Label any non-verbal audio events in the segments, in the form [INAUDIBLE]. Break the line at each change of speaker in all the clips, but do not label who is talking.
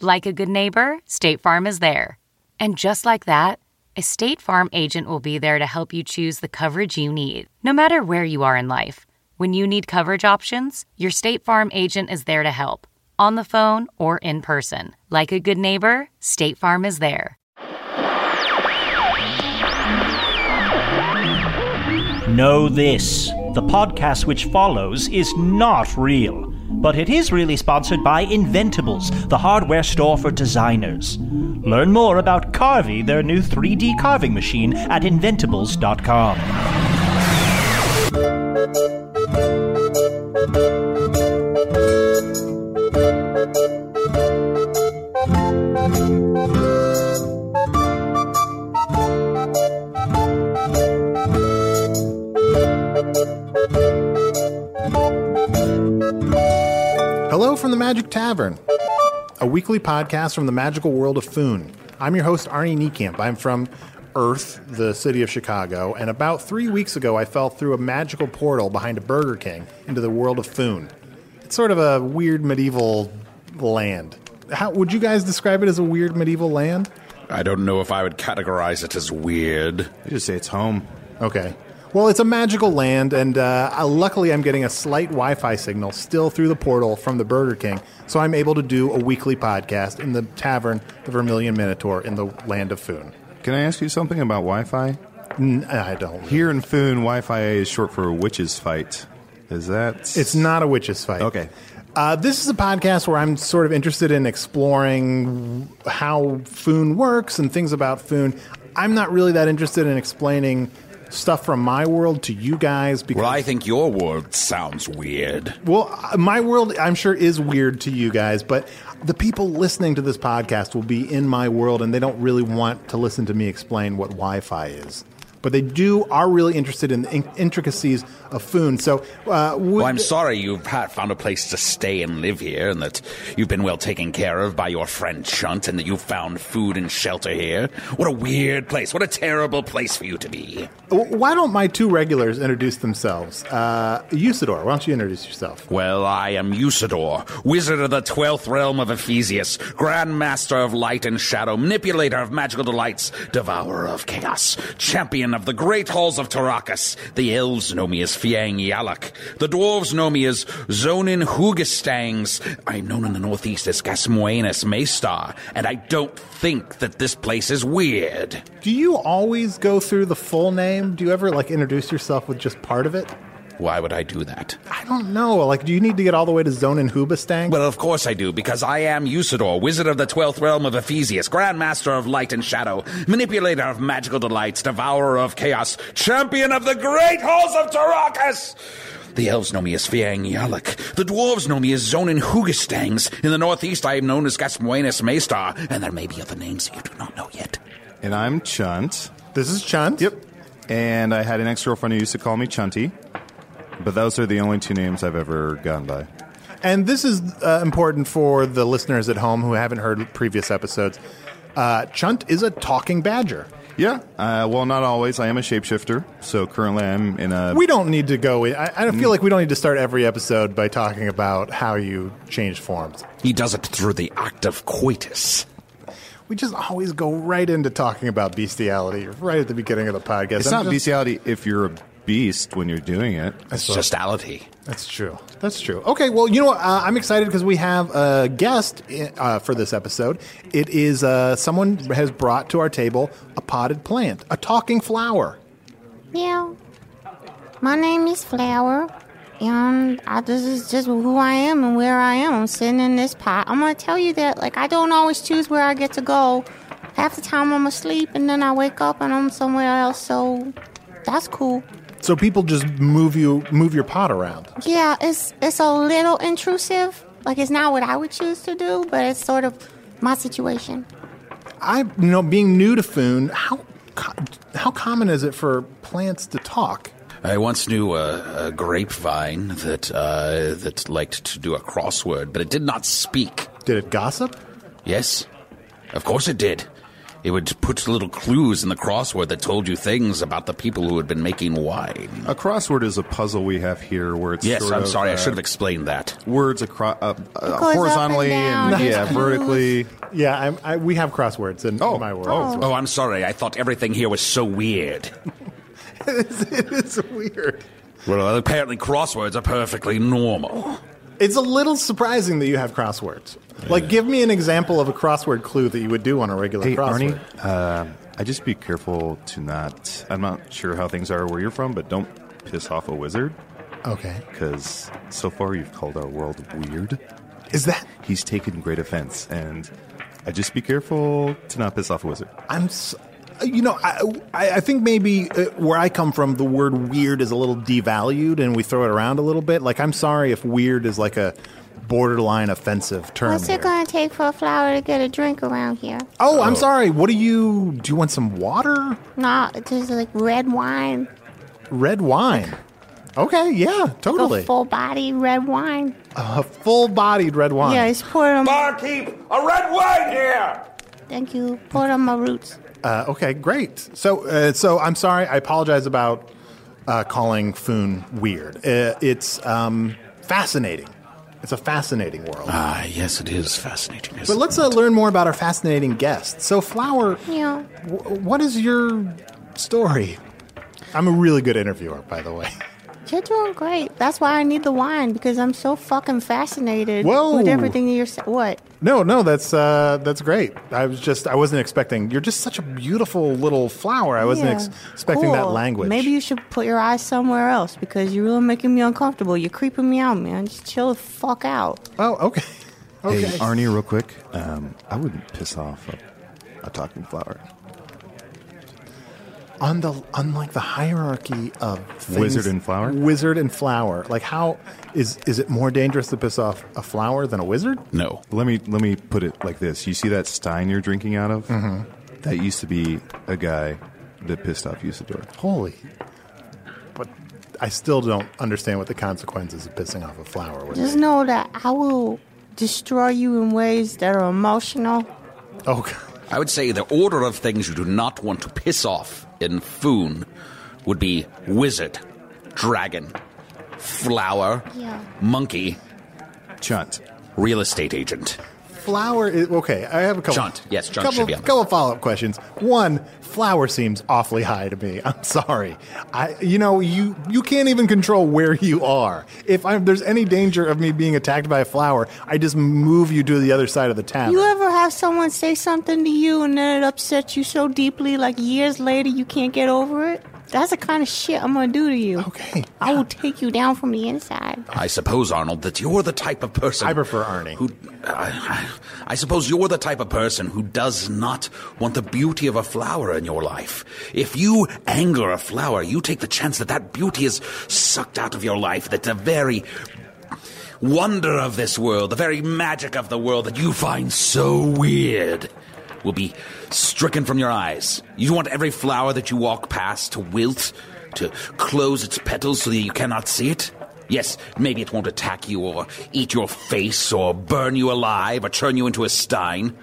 Like a good neighbor, State Farm is there. And just like that, a State Farm agent will be there to help you choose the coverage you need, no matter where you are in life. When you need coverage options, your State Farm agent is there to help, on the phone or in person. Like a good neighbor, State Farm is there.
Know this the podcast which follows is not real, but it is really sponsored by Inventables, the hardware store for designers. Learn more about Carvey, their new 3D carving machine, at Inventables.com.
Hello from the Magic Tavern, a weekly podcast from the magical world of Foon. I'm your host, Arnie Niekamp. I'm from Earth, the city of Chicago, and about three weeks ago, I fell through a magical portal behind a Burger King into the world of Foon. It's sort of a weird medieval land. How would you guys describe it as a weird medieval land?
I don't know if I would categorize it as weird.
I just say it's home.
Okay. Well, it's a magical land, and uh, I- luckily I'm getting a slight Wi Fi signal still through the portal from the Burger King, so I'm able to do a weekly podcast in the tavern, the Vermilion Minotaur, in the land of Foon.
Can I ask you something about Wi-Fi?
N- I don't.
Here in Foon, Wi-Fi is short for witches fight. Is that?
It's not a witch's fight.
Okay.
Uh, this is a podcast where I'm sort of interested in exploring how Foon works and things about Foon. I'm not really that interested in explaining stuff from my world to you guys because
Well, I think your world sounds weird.
Well, uh, my world, I'm sure, is weird to you guys, but the people listening to this podcast will be in my world and they don't really want to listen to me explain what Wi Fi is. But they do are really interested in the in- intricacies of Foon. So, uh, would,
Well, I'm sorry you've ha- found a place to stay and live here, and that you've been well taken care of by your friend Chunt, and that you've found food and shelter here. What a weird place. What a terrible place for you to be.
w- why don't my two regulars introduce themselves? Uh, Usador, why don't you introduce yourself?
Well, I am Usador, wizard of the twelfth realm of Ephesius, grand master of light and shadow, manipulator of magical delights, devourer of chaos, champion of the great halls of Tarakas. The elves know me as Fiang Yalak. The dwarves know me as Zonin Hugestangs. I'm known in the northeast as Gasmoenus Maestar, and I don't think that this place is weird.
Do you always go through the full name? Do you ever like introduce yourself with just part of it?
Why would I do that?
I don't know. Like, do you need to get all the way to Zonin Hubastang?
Well, of course I do, because I am Usador, wizard of the twelfth realm of Ephesius, Grand Master of light and shadow, manipulator of magical delights, devourer of chaos, champion of the great halls of Tarakas! The elves know me as Fiang Yalak. The dwarves know me as Zonin Hugestangs. In the northeast, I am known as Gasmoenus Maestar, and there may be other names that you do not know yet.
And I'm Chunt.
this is Chunt.
Yep. And I had an ex-girlfriend who used to call me Chunty, but those are the only two names I've ever gone by.
And this is uh, important for the listeners at home who haven't heard previous episodes. Uh, Chunt is a talking badger.
Yeah. Uh, well, not always. I am a shapeshifter, so currently I'm in a.
We don't need to go. I, I feel like we don't need to start every episode by talking about how you change forms.
He does it through the act of coitus.
We just always go right into talking about bestiality right at the beginning of the podcast.
it's
I'm
not
just-
bestiality if you're a beast when you're doing it.
It's justality.
That's true. That's true. Okay, well, you know what? Uh, I'm excited because we have a guest i- uh, for this episode. It is uh, someone has brought to our table a potted plant, a talking flower.
Meow. My name is Flower, and I, this is just who I am and where I am. I'm sitting in this pot. I'm gonna tell you that, like, I don't always choose where I get to go. Half the time I'm asleep, and then I wake up and I'm somewhere else. So that's cool.
So people just move you, move your pot around.
Yeah, it's it's a little intrusive. Like, it's not what I would choose to do, but it's sort of my situation.
I, you know, being new to Foon, how co- how common is it for plants to talk?
I once knew a, a grapevine that uh, that liked to do a crossword, but it did not speak.
Did it gossip?
Yes, of course it did. It would put little clues in the crossword that told you things about the people who had been making wine.
A crossword is a puzzle we have here where it's
Yes,
sort
I'm
of,
sorry, I
uh,
should have explained that.
words across uh, uh,
goes up
horizontally
and
and,
down, there's
yeah,
clues.
vertically.
Yeah, I'm, I, we have crosswords in,
Oh,
in my world.
oh.
as [LAUGHS] well.
Oh, I'm sorry. I thought everything here was so weird.
it's weird.
Well, apparently crosswords are perfectly normal.
It's a little surprising that you have crosswords. Like, give me an example of a crossword clue that you would do on a regular
Hey,
crossword.
Arnie, uh, I just be careful to not. I'm not sure how things are where you're from, but don't piss off a wizard
Okay.
because so far you've called our world weird.
Is that?
He's taken great offense, and I just be careful to not piss off a wizard.
I'm. s you know, I, I I think maybe uh, where I come from, the word weird is a little devalued and we throw it around a little bit. Like, I'm sorry if weird is like a borderline offensive term.
What's
here.
it gonna take for a flower to get a drink around here?
oh, I'm sorry. What do you. Do you want some water?
No, it's just like red wine,
Red wine. Okay, yeah,
a
totally.
full body red wine.
A full bodied red wine.
Yeah, it's poured on.
Barkeep, a red wine here!
Thank you. Poured on my roots.
Uh, okay, great. So, uh, so I'm sorry. I apologize about uh, calling Foon weird. Uh, it's um, fascinating. It's a fascinating world.
Ah, yes, it is fascinating.
but let's uh, learn more about our fascinating guest. So, Flower,
Yeah.
w- what is your story? I'm a really good interviewer, by the way.
You're doing great. That's why I need the wine because I'm so fucking fascinated
Whoa.
with everything you're saying. What?
No, no, that's uh, that's great. I was just I wasn't expecting. You're just such a beautiful little flower. I wasn't
Yeah.
ex- expecting that
Cool.
language.
Maybe you should put your eyes somewhere else because you're really making me uncomfortable. You're creeping me out, man. Just chill the fuck out.
Oh, okay. Okay.
Hey, Arnie, real quick, um, I wouldn't piss off a, a talking flower.
on the unlike the hierarchy of things,
Wizard and flower?
wizard and flower like how is is it more dangerous to piss off a flower than a wizard
No.
Let me let me put it like this: You see that stein you're drinking out of? Mm-hmm. That used to be a guy that pissed off Usador.
holy but i still don't understand what the consequences of pissing off a flower would
Just
be
know that I will destroy you in ways that are emotional.
oh [LAUGHS] God.
I would say the order of things you do not want to piss off in Foon would be wizard, dragon, flower,
Yeah.
monkey,
Chunt.
real estate agent.
flower is, okay i have a couple
Chunt. Yes, chunt
couple,
should be on there.
couple follow-up questions one flower seems awfully high to me [LAUGHS] i'm sorry i you know you you can't even control where you are if I, there's any danger of me being attacked by a flower i just move you to the other side of the town
You ever have someone say something to you and then it upsets you so deeply, like years later, you can't get over it? That's the kind of shit I'm gonna do to you.
Okay.
I will take you down from the inside.
I suppose, Arnold, that you're the type of person.
I prefer Arnie.
Who, I, I, I suppose you're the type of person who does not want the beauty of a flower in your life. If you anger a flower, you take the chance that that beauty is sucked out of your life, that the very wonder of this world, the very magic of the world that you find so weird, will be stricken from your eyes. You want every flower that you walk past to wilt, to close its petals so that you cannot see it? Yes, maybe it won't attack you or eat your face or burn you alive or turn you into a stein.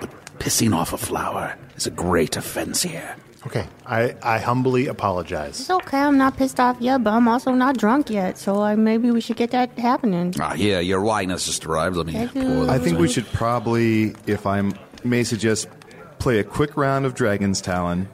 But pissing off a flower is a great offense here.
Okay, I, I humbly apologize.
It's okay, I'm not pissed off yet, but I'm also not drunk yet, so like, maybe we should get that happening.
Ah, here, your wine has just arrived. Let me
Thank you.
pour
I
that.
think we should probably, if I may suggest, play a quick round of Dragon's Talon,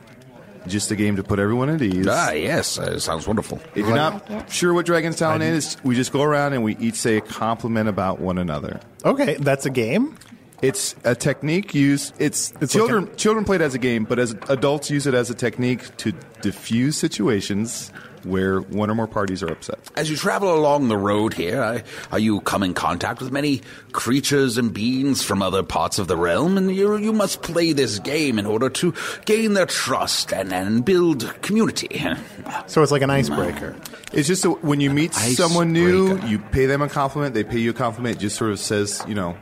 Just a game to put everyone at ease.
Ah, yes, uh, sounds wonderful.
If you're
I like
not
it.
sure what Dragon's Talent is, we just go around and we each say a compliment about one another.
Okay, that's a game.
It's a technique used. It's,
It's
children.
like
children play it as a game, but as adults use it as a technique to diffuse situations where one or more parties are upset.
As you travel along the road here, I, are you come in contact with many creatures and beings from other parts of the realm? And you, you must play this game in order to gain their trust and, and build community.
So it's like an icebreaker.
It's just a, when you meet
Ice
someone new,
breaker.
you pay them a compliment. They pay you a compliment. It just sort of says, you know,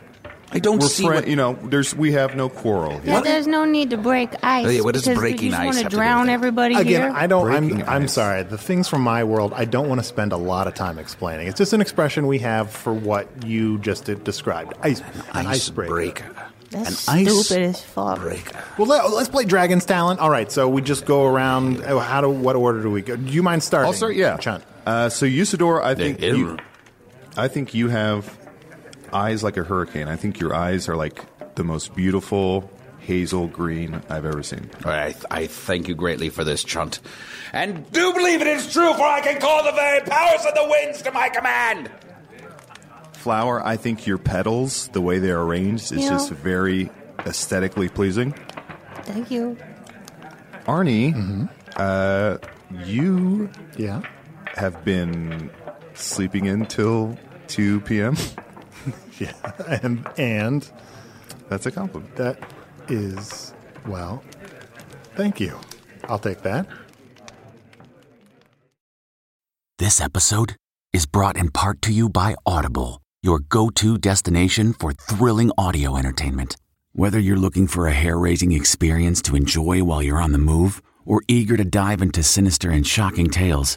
I don't
we're
see
friend.
what-
you know, there's we have no quarrel.
Yeah,
Here.
What?
there's no need to break ice.
Oh, yeah, what does
because
breaking
you just
ice
want
have to
to
do with
drown
it?
everybody
Again,
here?
I don't.
Breaking
I'm, I'm
ice.
sorry. The things from my world, I don't want to spend a lot of time explaining. It's just an expression we have for what you just did- described. Ice, an icebreaker.
icebreaker.
That's
an ice
stupid as fuck.
breaker.
Well, let, let's play Dragon's Talent. All right. So we just go around. oh, How do? What order do we go? Do you mind starting?
I'll start. Yeah.
Chunt.
Uh, so Usador, I
They-
think you, I think you have eyes like a hurricane. I think your eyes are like the most beautiful hazel green I've ever seen.
All right, I, th- I thank you greatly for this, Chunt. And do believe it is true, for I can call the very powers of the winds to my command!
Flower, I think your petals, the way they're arranged, is
Yeah.
just very aesthetically pleasing.
Thank you.
Arnie, uh, you
Yeah.
have been sleeping in till 2 p.m.
Yeah. [LAUGHS] And and
[LAUGHS] That's a compliment.
that is well. Thank you. I'll take that.
This episode is brought in part to you by Audible, your go to destination for thrilling audio entertainment. Whether you're looking for a hair raising experience to enjoy while you're on the move or eager to dive into sinister and shocking tales,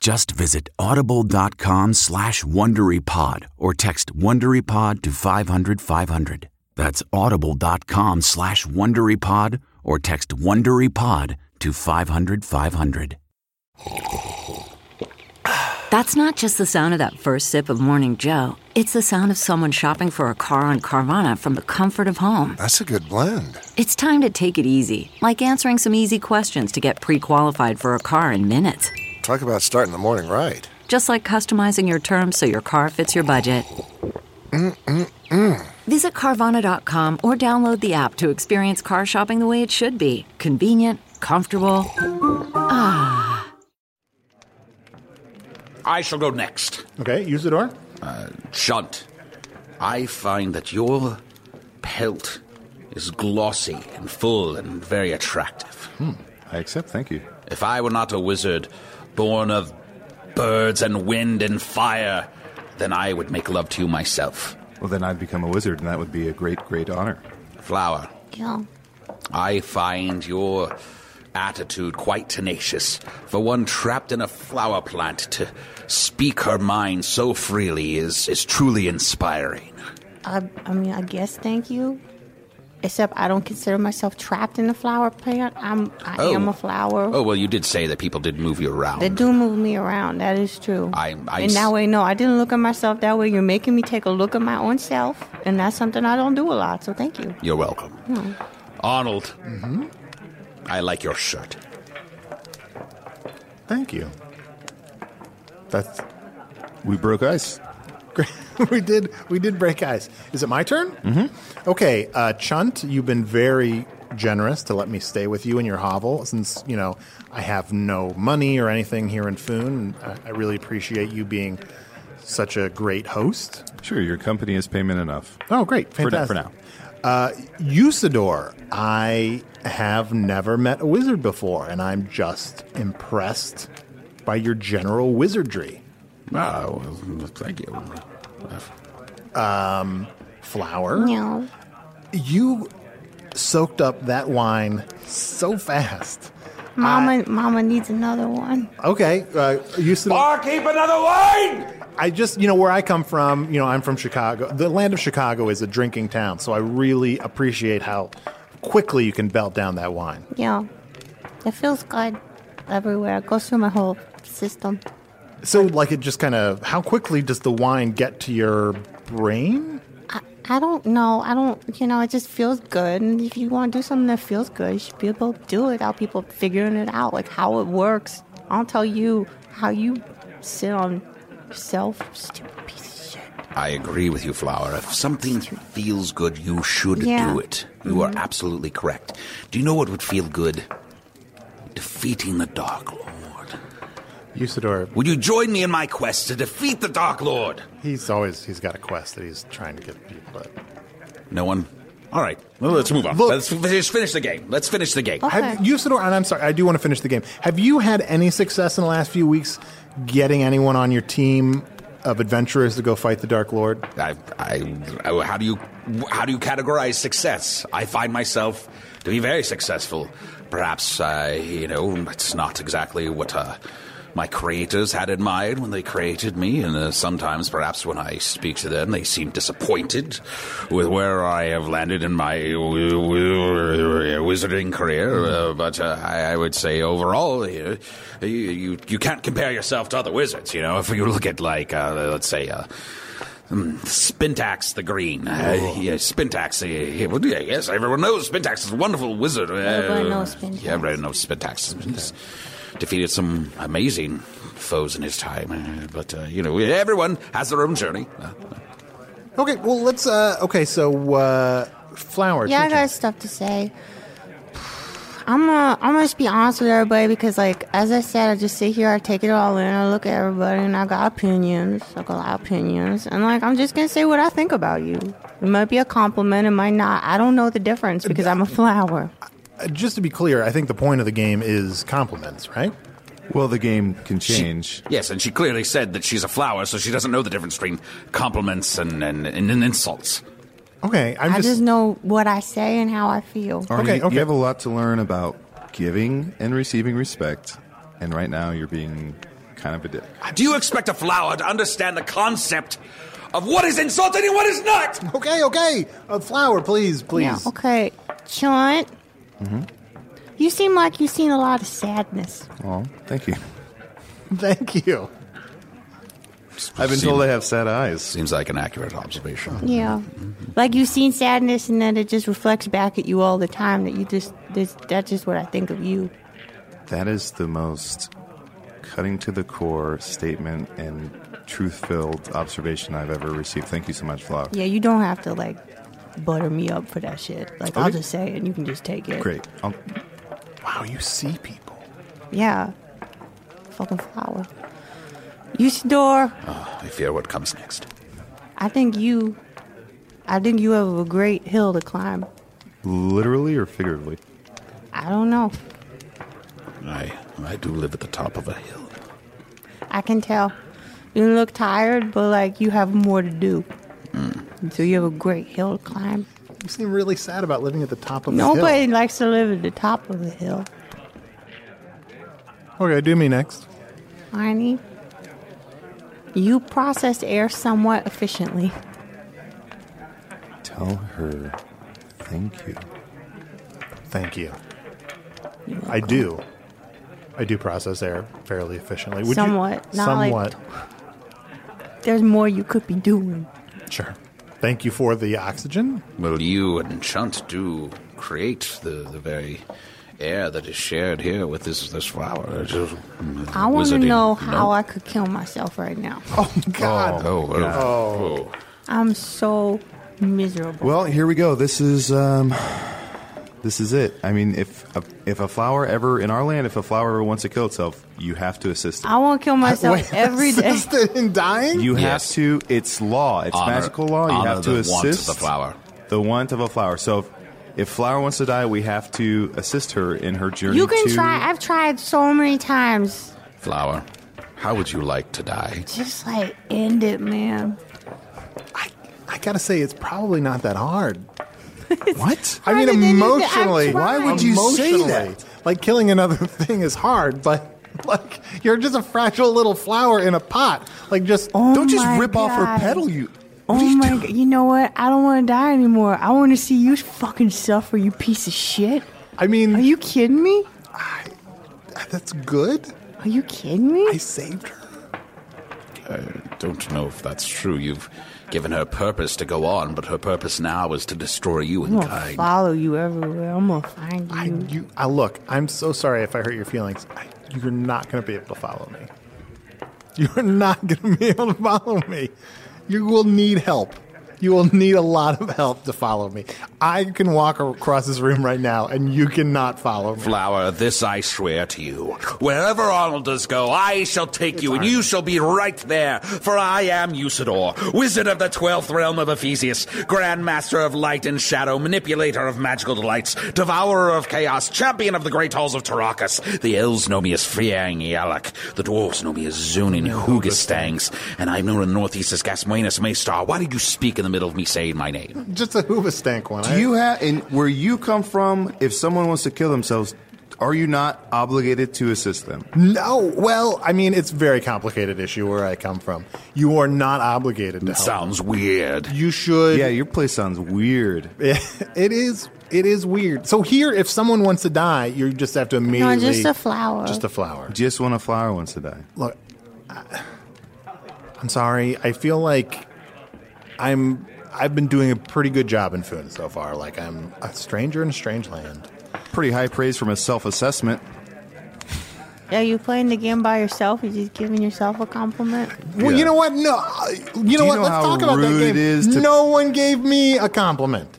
Just visit audible.com slash WonderyPod or text WonderyPod to 500 500. That's audible.com slash WonderyPod or text WonderyPod to 500 500.
That's not just the sound of that first sip of Morning Joe. It's the sound of someone shopping for a car on Carvana from the comfort of home.
That's a good blend.
It's time to take it easy, like answering some easy questions to get pre qualified for a car in minutes.
Talk about starting the morning right.
Just like customizing your terms so your car fits your budget. Visit Carvana.com or download the app to experience car shopping the way it should be convenient, comfortable.
I shall go next.
Okay. Use the door.
Chunt, I find that your pelt is glossy and full and very attractive.
I accept. Thank you.
If I were not a wizard, born of birds and wind and fire, then I would make love to you myself.
Well, then I'd become a wizard, and that would be a great, great honor.
Flower,
Yeah.
I find your attitude quite tenacious. For one trapped in a flower plant to speak her mind so freely is, is truly inspiring.
I, I mean, I guess thank you. Except I don't consider myself trapped in a flower plant. I'm, I am a flower.
Oh, well, you did say that people did move you around.
They do move me around. That is true.
I- I
and that
s-
way, no, I didn't look at myself that way. You're making me take a look at my own self, and that's something I don't do a lot. So thank you.
You're welcome. Arnold, I like your shirt.
Thank you. That's
We broke ice.
great. [LAUGHS] we did. We did break ice. Is it my turn? Mm-hmm. Okay, uh, Chunt, you've been very generous to let me stay with you in your hovel since you know I have no money or anything here in Foon. I, I really appreciate you being such a great host.
Sure, your company is payment enough.
Oh, great!
For now-
Fantastic.
for now.
Usador, I have never met a wizard before, and I'm just impressed by your general wizardry.
Oh, thank you.
Flower,
No,
you soaked up that wine so fast.
Mama, Mama needs another one.
Okay, uh, Houston.
Barkeep, another wine!
I just, you know, where I come from, you know, I'm from Chicago. The land of Chicago is a drinking town, so I really appreciate how quickly you can belt down that wine.
Yeah, it feels good everywhere. It goes through my whole system.
So, like, it just kind of, how quickly does the wine get to your brain?
I, I don't know. I don't, you know, it just feels good. And if you want to do something that feels good, you should be able to do it without people figuring it out, like how it works. I'll tell you how you sit on yourself, stupid piece of shit.
I agree with you, Flower. If something feels good, you should
Yeah. Mm-hmm.
do it. You are absolutely correct. Do you know what would feel good? Defeating the Dark Lord.
Usador,
Would you join me in my quest to defeat the Dark Lord?
he's always, he's got a quest that he's trying to get people at.
No one? All right. Well, let's move on.
Look-
Let's finish, finish the game. Let's finish the game.
Have, Usador, and I'm sorry, I do want to finish the game. Have you had any success in the last few weeks getting anyone on your team of adventurers to go fight the Dark Lord?
I, I, how do you how do you categorize success? I find myself to be very successful. Perhaps I, you know, it's not exactly what uh, my creators had in mind when they created me, and uh, sometimes, perhaps, when I speak to them, they seem disappointed with where I have landed in my wi- wi- wizarding career. Uh, but uh, I, I would say overall, uh, you, you you can't compare yourself to other wizards. You know, if you look at like uh, let's say. Uh, hmm, Spintax the Green. Uh,
Oh.
yeah, Spintax. uh, yeah, well, yeah, yes, everyone knows Spintax is a wonderful wizard. Uh,
Everybody knows Spintax.
Yeah, everybody knows Spintax. He's defeated some amazing foes in his time. uh, But, uh, you know, everyone has their own journey. Uh,
Okay, well, let's, uh, okay, so, uh, Flower.
Yeah, I
guys.
got stuff to say. I'm gonna, I'm gonna just be honest with everybody because, like, as I said, I just sit here, I take it all in, I look at everybody, and I got opinions. I got a lot of opinions, and like, I'm just gonna say what I think about you. It might be a compliment, it might not. I don't know the difference because I'm a flower.
Uh, Just to be clear, I think the point of the game is compliments, right?
Well, the game can change.
yes, and she clearly said that she's a flower, so she doesn't know the difference between compliments and, and, and, and insults.
Okay, I'm
I
just,
just know what I say and how I feel.
Arnie,
Okay,
you-
okay.
you have a lot to learn about giving and receiving respect, and right now you're being kind of a dick.
Do you expect a flower to understand the concept of what is insulting and what is not?
okay, okay. A flower, please, please. Mm-hmm.
Yeah, okay, Chunt. You seem like you've seen a lot of sadness.
Oh, thank you.
[LAUGHS] Thank you.
I've been told I have sad eyes.
Seems like an accurate observation.
Yeah. Like you've seen sadness and then it just reflects back at you all the time that you just this that's just what I think of you.
That is the most cutting to the core statement and truth-filled observation I've ever received. Thank you so much, Flav.
Yeah, you don't have to like butter me up for that shit. Like I'll just say it and you can just take it.
Great. Um, I'll-
Wow, you see people.
Yeah. Fucking flower. Usador,
I fear what comes next.
I think you I think you have a great hill to climb.
literally or figuratively?
I don't know.
I I do live at the top of a hill.
I can tell. You look tired, but like you have more to do.
Hmm.
So you have a great hill to climb.
You seem really sad about living at the top of the
Nobody
hill.
likes to live at the top of the hill.
Okay, do me next.
Arnie, you process air somewhat efficiently.
Tell her thank you.
Thank you. I do. I do process air fairly efficiently. Would you-
Somewhat, not like-
somewhat.
There's more you could be doing.
Sure. Thank you for the oxygen.
Well, you and Chunt do create the, the very air that is shared here with this this flower. mm,
I want to know how I could kill myself right now.
Oh, God.
Oh, well, oh.
I'm so miserable.
Well, here we go. This is um, this is it. I mean, if a, if a flower ever in our land, if a flower ever wants to kill itself, you have to assist it.
I want to kill myself
Wait, [LAUGHS]
every day.
assisted in dying?
You
Yes.
have to. It's law. It's
Honor-
magical law. You
honor
have to
the
assist
want of the flower.
The want of a flower. So, if, if flower wants to die, we have to assist her in her journey.
You can
to,
try. I've tried so many times.
flower. How would you like to die?
Just like end it, man.
I, I gotta say, it's probably not that hard. What? I mean,
Rather than you- I'm
emotionally.
Why
would you say
Emotionally.
that?
Like killing another [LAUGHS] thing is hard, but like you're just a fragile little flower in a pot. Like just
Don't just
Oh my
rip off her
God.
pedal, you.
Oh my god, you know what? I don't want to die anymore. I want to see you fucking suffer, you piece of shit.
I mean,
Are you kidding me?
that's good.
Are you kidding me?
I saved her.
Don't know if that's true. You've given her purpose to go on, but her purpose now is to destroy you
I'm
in
gonna
kind.
follow you everywhere. I'm gonna find
I,
you.
you, I look. I'm so sorry if I hurt your feelings. I, you're not going to be able to follow me. You're not going to be able to follow me. You will need help. You will need a lot of help to follow me. I can walk across this room right now, and you cannot follow me.
Flower, this I swear to you. Wherever Arnold does go, I shall take you, and you shall be right there, for I am Usador, wizard of the twelfth realm of Ephesius, Grand Master of light and shadow, manipulator of magical delights, devourer of chaos, champion of the great halls of Tarakas. The elves know me as Friang Yalak, the dwarves know me as Zunin Hugestangs, and I'm known in the northeast as Gasmoenus Maestar. Why did you speak in the middle of me saying my name?
Just a hoobastank stank one.
Do you have and where you come from? If someone wants to kill themselves, are you not obligated to assist them?
No. Well, I mean, it's a very complicated issue where I come from. You are not obligated to help.
Sounds weird.
You should.
Yeah, your place sounds weird.
[LAUGHS] It is. It is weird. So here, if someone wants to die, you just have to immediately.
no, just a flower.
Just a flower.
Just when a flower wants to die.
Look, I, I'm sorry. I feel like I'm. I've been doing a pretty good job in Foon so far. Like I'm a stranger in a strange land.
Pretty high praise from a self-assessment.
Are you playing the game by yourself? You're just giving yourself a compliment?
Well,
Yeah.
you know what? No, I- you know
you
what?
know
Let's
how
talk about that
rude
game.
it is to-
no one gave me a compliment.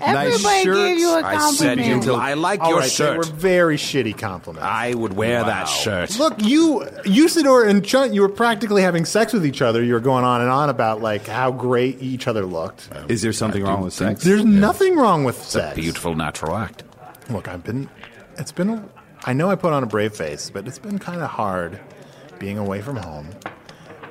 Everybody gave
shirts.
you a compliment.
I said you. I like
All
your
right, they
shirt.
were very shitty compliments.
I would wear that shirt.
Look, you, Usador and Chunt, you were practically having sex with each other. You were going on and on about like how great each other looked.
Is there something wrong with sex?
There's nothing wrong with sex.
Beautiful natural act.
Look, I've been. It's been. A, I know I put on a brave face, but it's been kind of hard being away from home.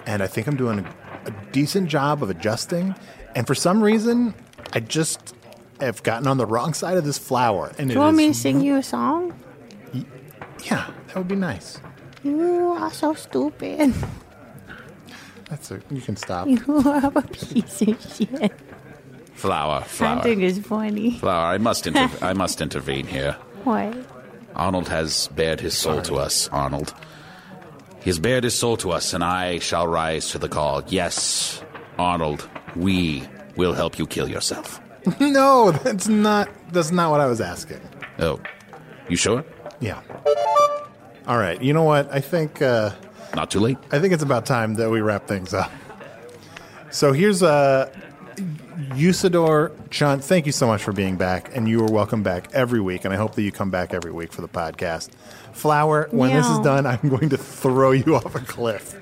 And I think I'm doing a, a decent job of adjusting. And for some reason, I just have gotten on the wrong side of this flower. And
Do you want me to sing you a song?
Yeah, that would be nice.
You are so stupid. [LAUGHS]
That's a, you can stop.
You are a piece of
[LAUGHS]
shit.
Flower,
I
flower,
think it's funny.
flower. I must, inter- I must intervene here.
What?
Arnold has bared his soul to us. Arnold, he has bared his soul to us, and I shall rise to the call. Yes, Arnold, we will help you kill yourself.
No, that's not. That's not what I was asking.
Oh, you sure?
Yeah. All right. You know what? I think. Uh,
Not too late.
I think it's about time that we wrap things up. So here's uh, Usador Chunt. Thank you so much for being back, and you are welcome back every week. And I hope that you come back every week for the podcast. Flower, when this is
Meow.
done, I'm going to throw you off a cliff.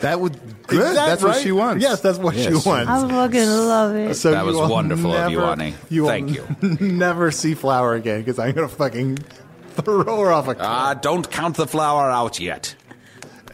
That would good.
Is that
That's what
right?
she wants.
Yes, that's what
Yes.
she wants.
I fucking love it.
So
That was
will
wonderful of you, Arnie.
will
Thank you.
[LAUGHS] Never see Flower again because I'm going to fucking throw her off a cliff.
Ah, don't count the flower out yet.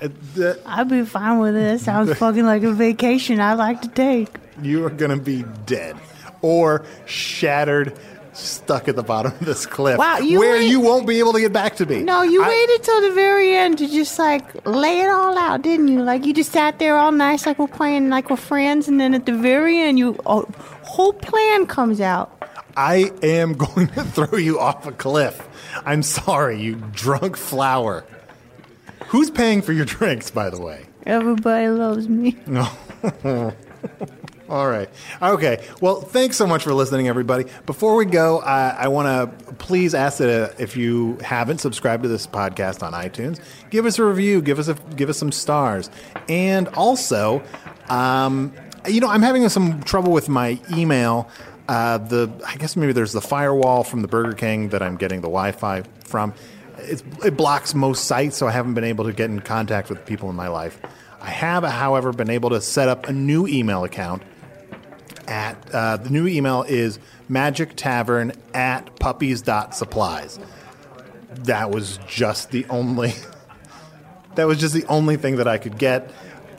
That-
I'd be fine with it. That sounds fucking like a vacation I like to take.
You are going to be dead or shattered, stuck at the bottom of this cliff.
Wow, you
where
wait-
you won't be able to get back to me.
No, you
I-
waited till the very end to just like lay it all out, didn't you? Like you just sat there all nice, like we're playing, like we're friends, and then at the very end, you oh, whole plan comes out.
I am [LAUGHS] going to throw you off a cliff. I'm sorry, you drunk flower. Who's paying for your drinks, by the way?
Everybody loves me.
All right. Okay. Well, thanks so much for listening, everybody. Before we go, I, I want to please ask that uh, if you haven't subscribed to this podcast on iTunes, give us a review, give us a, give us some stars, and also, um, you know, I'm having some trouble with my email. Uh, the I guess maybe there's the firewall from the Burger King that I'm getting the Wi-Fi from. It's, it blocks most sites, so I haven't been able to get in contact with people in my life. I have, however, been able to set up a new email account at uh, the new email is magic tavern at puppies.supplies that was just the only [LAUGHS] that was just the only thing that i could get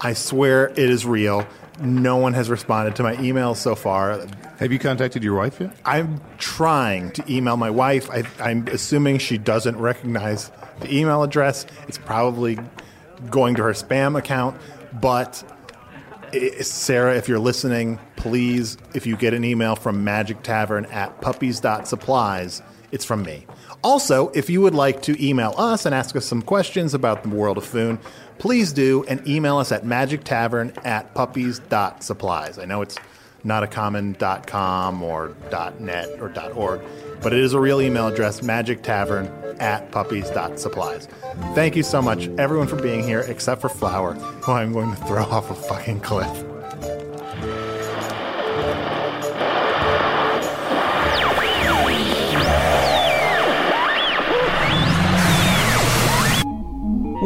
i swear it is real no one has responded to my email so far
Have you contacted your wife yet?
I'm trying to email my wife. I, I'm assuming she doesn't recognize the email address. It's probably going to her spam account. But i- Sarah, if you're listening, please, if you get an email from Magic Tavern at puppies.supplies, it's from me. Also, if you would like to email us and ask us some questions about the world of Foon, please do and email us at magictavern at puppies.supplies. I know it's not a common .com or .net or .org, but it is a real email address, magictavern at puppies.supplies. Thank you so much, everyone, for being here, except for Flower, who I'm going to throw [LAUGHS] off a fucking cliff.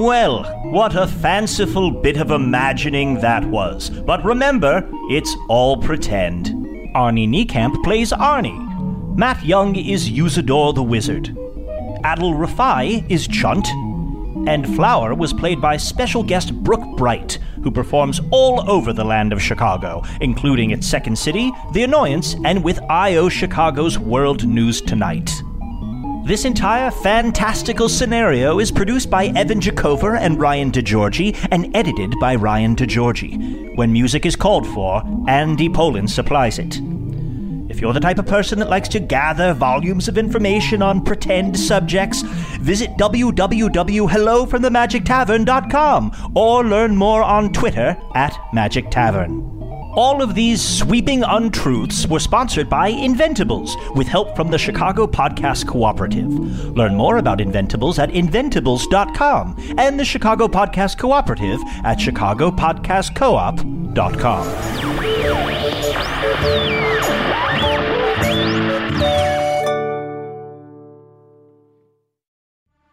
Well, what a fanciful bit of imagining that was. But remember, it's all pretend. Arnie Niekamp plays Arnie. Matt Young is Usador the Wizard. Adil Rafai is Chunt. And Flower was played by special guest Brooke Bright, who performs all over the land of Chicago, including its second city, The Annoyance, and with I.O. Chicago's World News Tonight. This entire fantastical scenario is produced by Evan Jacover and Ryan DeGiorgi and edited by Ryan DeGiorgi. When music is called for, Andy Poland supplies it. If you're the type of person that likes to gather volumes of information on pretend subjects, visit www.hellofromthemagictavern.com or learn more on Twitter at Magic Tavern. All of these sweeping untruths were sponsored by Inventables with help from the Chicago Podcast Cooperative. Learn more about Inventables at inventables.com and the Chicago Podcast Cooperative at chicagopodcastcoop.com.